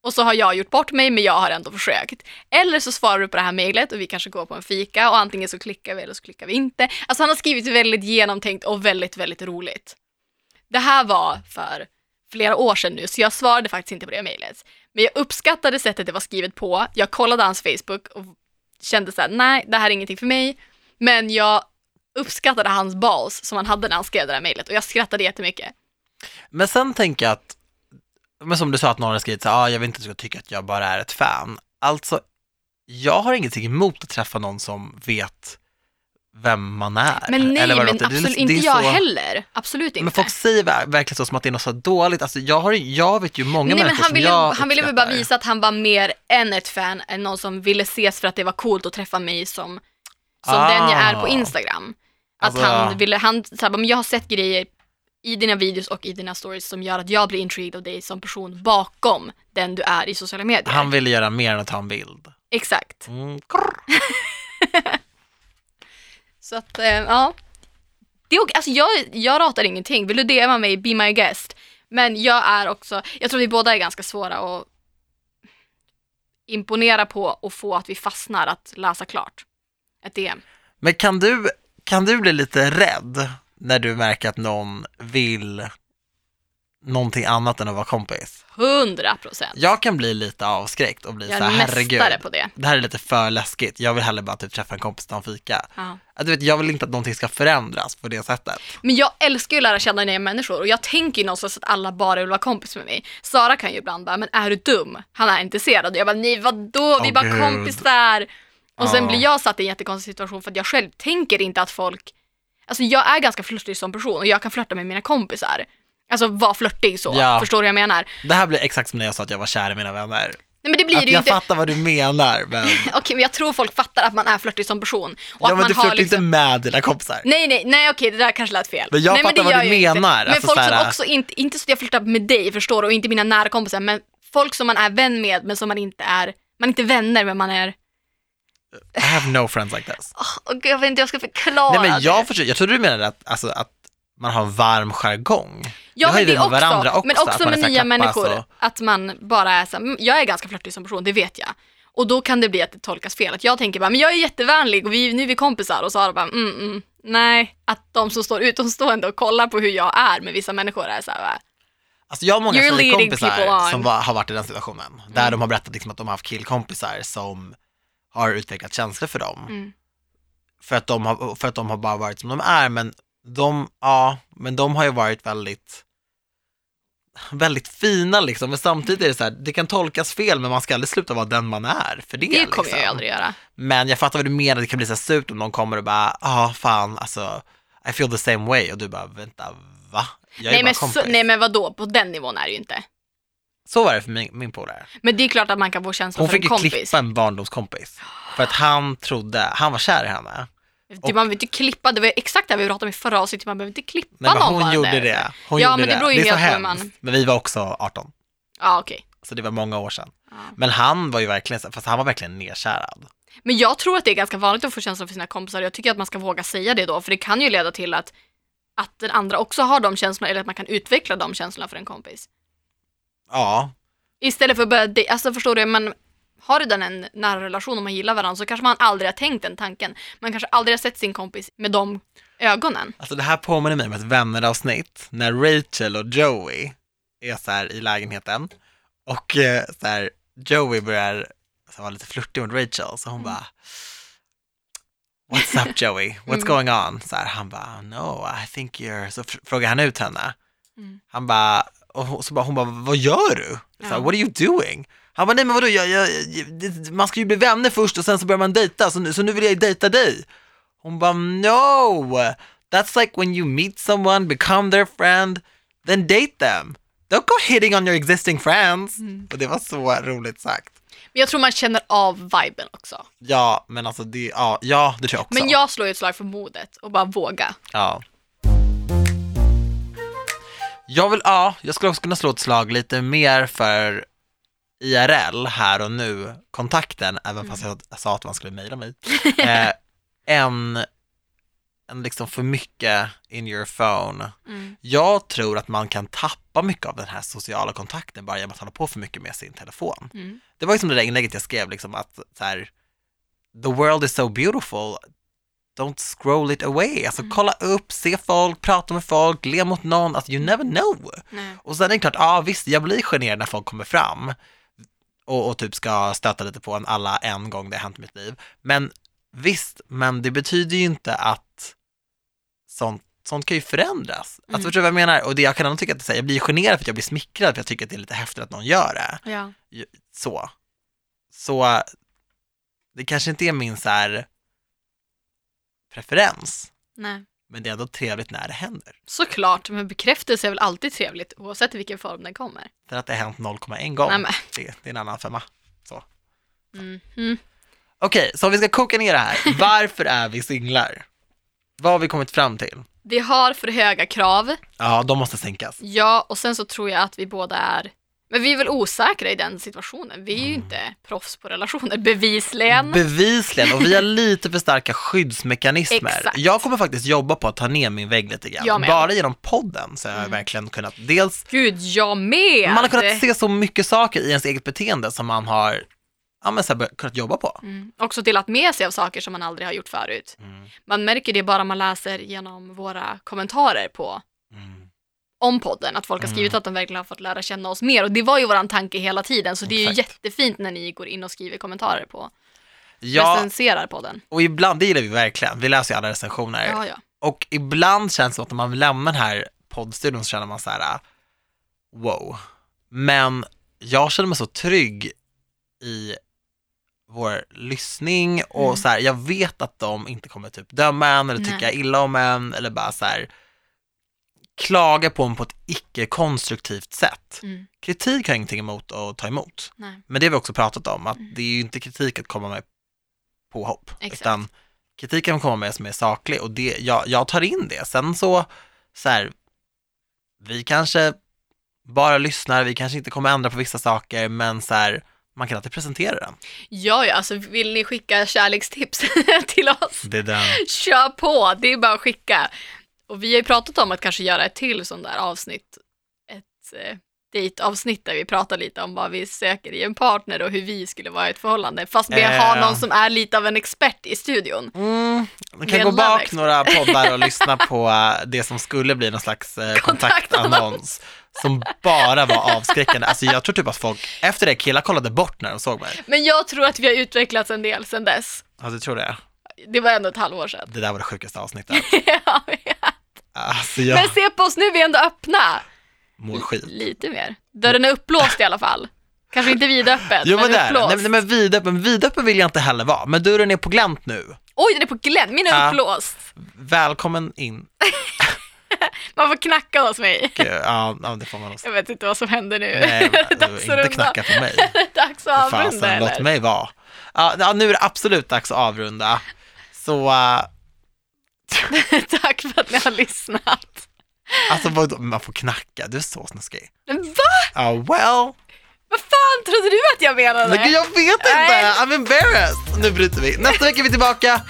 Speaker 2: Och så har jag gjort bort mig, men jag har ändå försökt. Eller så svarar du på det här mejlet och vi kanske går på en fika och antingen så klickar vi eller så klickar vi inte. Alltså han har skrivit väldigt genomtänkt och väldigt, väldigt roligt. Det här var för flera år sedan nu, så jag svarade faktiskt inte på det mejlet. Men jag uppskattade sättet det var skrivet på. Jag kollade hans Facebook och kände så här, nej, det här är ingenting för mig. Men jag uppskattade hans balls som han hade när han skrev det här mejlet och jag skrattade jättemycket.
Speaker 1: Men sen tänker jag att, men som du sa att någon har skrivit så här, ah, jag vill inte att du ska tycka att jag bara är ett fan. Alltså, jag har ingenting emot att träffa någon som vet vem man är.
Speaker 2: Men nej,
Speaker 1: eller vad det låter.
Speaker 2: men
Speaker 1: Det är-
Speaker 2: absolut
Speaker 1: det är
Speaker 2: inte jag
Speaker 1: så-
Speaker 2: heller. Absolut inte.
Speaker 1: Men folk säger ver- verkligen så som att det är något så här dåligt. Alltså, jag, har, jag vet ju många
Speaker 2: Nej, men
Speaker 1: människor
Speaker 2: han ville,
Speaker 1: som jag
Speaker 2: han ville väl bara
Speaker 1: uppskattar.
Speaker 2: visa att han var mer än ett fan, än någon som ville ses för att det var coolt att träffa mig som, som
Speaker 1: Ah.
Speaker 2: den jag är på Instagram. Att
Speaker 1: Alltså-
Speaker 2: han ville, han så här, bara, men jag har sett grejer i dina videos och i dina stories som gör att jag blir intrigued av dig som person bakom den du är i sociala medier.
Speaker 1: Han ville göra mer än att ta en bild.
Speaker 2: Exakt.
Speaker 1: Mm, krr.
Speaker 2: Så att, eh, ja. Det är ok- alltså jag, jag ratar ingenting. Vill du DMa mig, be my guest. Men jag är också, jag tror vi båda är ganska svåra att imponera på och få att vi fastnar att läsa klart ett DM.
Speaker 1: Men kan du, kan du bli lite rädd när du märker att någon vill någonting annat än att vara kompis?
Speaker 2: 100 procent.
Speaker 1: Jag kan bli lite avskräckt och bli
Speaker 2: Jag
Speaker 1: så här,
Speaker 2: är
Speaker 1: herregud,
Speaker 2: mästare på det.
Speaker 1: det här är lite för läskigt. Jag vill hellre bara typ träffa en kompis och ta en fika.
Speaker 2: Ja.
Speaker 1: Att Du vet, jag vill inte att någonting ska förändras på det sättet.
Speaker 2: Men jag älskar ju att lära känna nya människor och jag tänker ju någonstans att alla bara vill vara kompis med mig. Sara kan ju ibland bara, men är du dum? Han är intresserad. Och jag bara, nej vadå, vi är
Speaker 1: Åh,
Speaker 2: bara
Speaker 1: gud.
Speaker 2: kompisar. Och sen
Speaker 1: Ja.
Speaker 2: blir jag satt i en jättekonstig situation för att jag själv tänker inte att folk, alltså jag är ganska flörtig som person och jag kan flörta med mina kompisar. Alltså vara flörtig så,
Speaker 1: Ja.
Speaker 2: förstår du vad jag menar?
Speaker 1: Det här blir exakt som när jag sa att jag var kär i mina vänner.
Speaker 2: Nej men det blir
Speaker 1: att
Speaker 2: det ju
Speaker 1: jag
Speaker 2: inte.
Speaker 1: fattar vad du menar, men,
Speaker 2: Okej men jag tror folk fattar att man är flörtig som person. Och
Speaker 1: ja,
Speaker 2: att
Speaker 1: men
Speaker 2: man
Speaker 1: du
Speaker 2: har
Speaker 1: flörtar
Speaker 2: liksom...
Speaker 1: inte med dina kompisar.
Speaker 2: Nej, nej, nej okej det där kanske lät fel.
Speaker 1: Men jag
Speaker 2: nej,
Speaker 1: fattar
Speaker 2: det
Speaker 1: vad
Speaker 2: gör
Speaker 1: du
Speaker 2: jag inte.
Speaker 1: menar,
Speaker 2: Men
Speaker 1: alltså
Speaker 2: folk
Speaker 1: så här-
Speaker 2: som också inte, inte så att jag flörtar med dig förstår du och inte mina nära kompisar men folk som man är vän med men som man inte är, man är inte vänner men man är,
Speaker 1: I have no friends like this.
Speaker 2: Åh, gud, jag vet inte hur jag ska förklara
Speaker 1: Nej, men jag,
Speaker 2: det.
Speaker 1: försöker, jag trodde du menade att, alltså, att man har en varm jargong. det
Speaker 2: Ja
Speaker 1: har
Speaker 2: men
Speaker 1: ju
Speaker 2: det
Speaker 1: vi med varandra
Speaker 2: också,
Speaker 1: också,
Speaker 2: men
Speaker 1: att
Speaker 2: också
Speaker 1: man är
Speaker 2: med
Speaker 1: så här alltså. klappa,
Speaker 2: nya människor.
Speaker 1: så-
Speaker 2: Att man bara är så här, "Mm, jag är ganska flörtig som person, det vet jag. Och då kan det bli att det tolkas fel. Att jag tänker bara, men jag är jättevänlig och vi, nu är vi kompisar och Sara bara, mm, mm, nej. Att de som står utomstående och kollar på hur jag är med vissa människor är så här, bara,
Speaker 1: Alltså jag har många
Speaker 2: You're leading people
Speaker 1: tjejkompisar
Speaker 2: on. Mm.
Speaker 1: som var, har varit i den situationen. Där de har berättat liksom att de har haft killkompisar som har utvecklat känslor för dem.
Speaker 2: Mm.
Speaker 1: För, att de har, för att de har bara varit som de är. Men de, ja, men de har ju varit väldigt, väldigt fina liksom. Men samtidigt är det så här, det kan tolkas fel men man ska aldrig sluta vara den man är. För det,
Speaker 2: det kommer
Speaker 1: liksom.
Speaker 2: jag ju aldrig göra.
Speaker 1: Men jag fattar vad du menar, det kan bli så här surt om någon kommer och bara, ja ah, fan alltså, I feel the same way. Och du bara, vänta va? Jag är
Speaker 2: Nej
Speaker 1: bara
Speaker 2: men,
Speaker 1: kompis.
Speaker 2: så, nej men vadå, på den nivån är det ju inte.
Speaker 1: så var det för min, min polare.
Speaker 2: Men det är klart att man kan få känslor
Speaker 1: Hon
Speaker 2: för
Speaker 1: fick
Speaker 2: en
Speaker 1: ju
Speaker 2: kompis.
Speaker 1: klippa en barndomskompis. För att han trodde, han var kär i henne.
Speaker 2: Du, man behöver inte klippa, det var exakt det här vi pratade om i förra avsnittet, man behöver inte klippa
Speaker 1: Nej, men
Speaker 2: någon
Speaker 1: hon
Speaker 2: bara
Speaker 1: gjorde
Speaker 2: där.
Speaker 1: det. Hon
Speaker 2: Ja,
Speaker 1: gjorde
Speaker 2: men det beror ju
Speaker 1: det är så
Speaker 2: helt på hur man-
Speaker 1: hemskt. Men vi var också 18,
Speaker 2: Ja okej.
Speaker 1: så det var många år sedan.
Speaker 2: Ja.
Speaker 1: Men han var ju verkligen, så- fast han var verkligen nedkärad.
Speaker 2: Men jag tror att det är ganska vanligt att få känslor för sina kompisar jag tycker att man ska våga säga det då för det kan ju leda till att, att den andra också har de känslorna eller att man kan utveckla de känslorna för en kompis.
Speaker 1: Ja,
Speaker 2: Istället för att börja, de- alltså förstår du, man har redan en nära relation och man gillar varandra så kanske man aldrig har tänkt den tanken. Man kanske aldrig har sett sin kompis med de ögonen.
Speaker 1: alltså det här påminner mig om ett vänneravsnitt när Rachel och Joey är så här i lägenheten och eh, så här, Joey börjar så här vara lite flörtig mot Rachel,
Speaker 2: Mm.
Speaker 1: så hon bara What's up Joey? What's
Speaker 2: Mm.
Speaker 1: going on? Så här, han bara, no, I think you're... Så fr- frågar han ut henne.
Speaker 2: Mm.
Speaker 1: Han bara, och hon- så bara, hon bara, vad gör du? Så här,
Speaker 2: Ja.
Speaker 1: What are you doing? Han bara, nej men vadå, jag, jag, jag, det- man ska ju bli vänner först och sen så börjar man dejta, så nu, så nu vill jag ju dejta dig. Hon bara, no! That's like when you meet someone, become their friend, then date them. Don't go hitting on your existing friends.
Speaker 2: Mm.
Speaker 1: Och det var så roligt sagt.
Speaker 2: Men jag tror man känner av viben också.
Speaker 1: Ja, men alltså det, ja, ja det tror jag också.
Speaker 2: Men jag slår ju ett slag för modet och bara våga.
Speaker 1: Ja. Jag vill, ja, jag skulle också kunna slå ett slag lite mer för IRL, här och nu, kontakten, även fast
Speaker 2: Mm.
Speaker 1: jag, jag sa att man skulle mejla mig, eh, än, än liksom för mycket in your phone.
Speaker 2: Mm.
Speaker 1: Jag tror att man kan tappa mycket av den här sociala kontakten bara genom att hålla på för mycket med sin telefon.
Speaker 2: Mm.
Speaker 1: Det var ju som det där inlägget jag skrev, liksom att så här, the world is so beautiful, don't scroll it away. Alltså kolla upp, se folk, prata med folk, le mot någon, alltså you never know.
Speaker 2: Nej.
Speaker 1: Och sen är det klart, ja visst, jag blir generad när folk kommer fram och, och typ ska stöta lite på en alla en gång det har hänt i mitt liv. Men visst, men det betyder ju inte att sånt, sånt kan ju förändras.
Speaker 2: Mm.
Speaker 1: Alltså förstår du vad jag menar? Och det, jag kan ändå tycka att det, är så här, jag blir generad för att jag blir smickrad för jag tycker att det är lite häftigt att någon gör det.
Speaker 2: Ja.
Speaker 1: Ju- Så. Så det kanske inte är min så här preferens,
Speaker 2: Nej.
Speaker 1: men det är ändå trevligt när det händer.
Speaker 2: Såklart, men bekräftelse är väl alltid trevligt oavsett i vilken form den kommer.
Speaker 1: Sen att det har hänt 0,1 gång,
Speaker 2: Nej, men.
Speaker 1: det, det är en annan femma.
Speaker 2: Mm. Mm.
Speaker 1: Okej, så om vi ska koka ner det här, varför är vi singlar? Vad har vi kommit fram till?
Speaker 2: Vi har för höga krav,
Speaker 1: Ja, de måste sänkas.
Speaker 2: ja, och sen så tror jag att vi båda är men vi är väl osäkra i den situationen. Vi
Speaker 1: Mm.
Speaker 2: är ju inte proffs på relationer, bevisligen.
Speaker 1: Bevisligen, och vi har lite för starka skyddsmekanismer.
Speaker 2: Exakt.
Speaker 1: Jag kommer faktiskt jobba på att ta ner min vägg lite grann.
Speaker 2: Jag med. Mm.
Speaker 1: Bara genom podden så har jag verkligen kunnat, dels,
Speaker 2: Gud, jag med!
Speaker 1: man har kunnat se så mycket saker i ens eget beteende som man har ja, men så här, bör- kunnat jobba på.
Speaker 2: Mm. Också delat med sig av saker som man aldrig har gjort förut.
Speaker 1: Mm.
Speaker 2: Man märker det bara man läser genom våra kommentarer på
Speaker 1: Mm.
Speaker 2: om podden, att folk har skrivit att de verkligen har fått lära känna oss mer. Och det var ju våran tanke hela tiden, så det är ju
Speaker 1: Exakt.
Speaker 2: jättefint när ni går in och skriver kommentarer på
Speaker 1: Ja,
Speaker 2: recenserar podden.
Speaker 1: och ibland, det gillar vi verkligen, vi läser ju alla recensioner.
Speaker 2: Ja, ja.
Speaker 1: Och ibland känns det som att när man lämnar den här poddstudion så känner man så här, wow. Men jag känner mig så trygg i vår lyssning och
Speaker 2: Mm.
Speaker 1: så här, jag vet att de inte kommer typ döma en eller tycka
Speaker 2: Nej.
Speaker 1: illa om en eller bara så här klaga på en på ett icke-konstruktivt sätt.
Speaker 2: Mm.
Speaker 1: Kritik har jag ingenting emot att ta emot.
Speaker 2: Nej. Mm.
Speaker 1: Men det har vi också pratat om, att det är ju inte kritik att komma med påhopp,
Speaker 2: Exakt.
Speaker 1: utan kritik kan komma med som är saklig och det, jag, jag tar in det. Sen så, så här, vi kanske bara lyssnar, vi kanske inte kommer ändra på vissa saker, men så här, man kan alltid presentera den.
Speaker 2: Ja, ja, alltså vill ni skicka kärlekstips till oss?
Speaker 1: Det är den.
Speaker 2: Kör på, det är bara att skicka. Och vi har ju pratat om att kanske göra ett till sånt där avsnitt, ett eh, dejtavsnitt där vi pratar lite om vad vi söker i en partner och hur vi skulle vara i ett förhållande. Fast vi
Speaker 1: Eh.
Speaker 2: har någon som är lite av en expert i studion.
Speaker 1: Mm, man kan
Speaker 2: Med
Speaker 1: gå bak
Speaker 2: Lamex.
Speaker 1: några poddar och lyssna på eh, det som skulle bli någon slags eh, kontaktannons som bara var avskräckande. Alltså jag tror typ att folk, efter det, killar kollade bort när de såg mig.
Speaker 2: Men jag tror att vi har utvecklats en del sedan dess.
Speaker 1: Ja, du tror det?
Speaker 2: Det var ändå ett halvår sedan.
Speaker 1: Det där var det sjukaste avsnittet.
Speaker 2: Ja, ja.
Speaker 1: Alltså jag
Speaker 2: Men se på oss nu, vi är ändå öppna.
Speaker 1: mår skit.
Speaker 2: Lite mer. Dörren är upplåst i alla fall. Kanske inte vidöppet,
Speaker 1: Jo men det är det.
Speaker 2: upplåst.
Speaker 1: Nej, nej men vidöppen, vidöppen vill jag inte heller vara, men dörren är på glänt nu.
Speaker 2: Oj, den är på glänt. Min är
Speaker 1: Ja.
Speaker 2: upplåst.
Speaker 1: Välkommen in.
Speaker 2: Man får knacka hos mig.
Speaker 1: Gud, Ja, ja det får man nog säga.
Speaker 2: Jag vet inte vad som händer nu.
Speaker 1: Nej, men, eh,
Speaker 2: Dags att
Speaker 1: inte
Speaker 2: runda.
Speaker 1: knacka på mig.
Speaker 2: Dags att avrunda
Speaker 1: Fasen, låt
Speaker 2: eller?
Speaker 1: mig vara. Ja, ja, nu är det absolut dags att avrunda. Så, eh,
Speaker 2: Tack för att ni har lyssnat.
Speaker 1: alltså vadå, man får knacka, du är så snuskig.
Speaker 2: Men va?
Speaker 1: Ja, well.
Speaker 2: Vad fan trodde du att jag menade?
Speaker 1: Men gud, jag vet inte,
Speaker 2: Nej.
Speaker 1: I'm embarrassed. Nu bryter vi. Nästa vecka är vi tillbaka.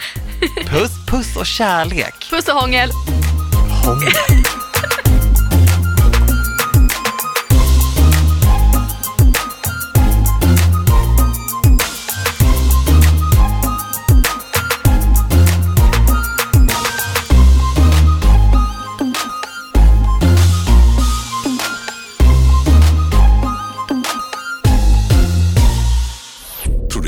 Speaker 1: Puss, puss och kärlek.
Speaker 2: Puss och hångel.
Speaker 1: Hångel.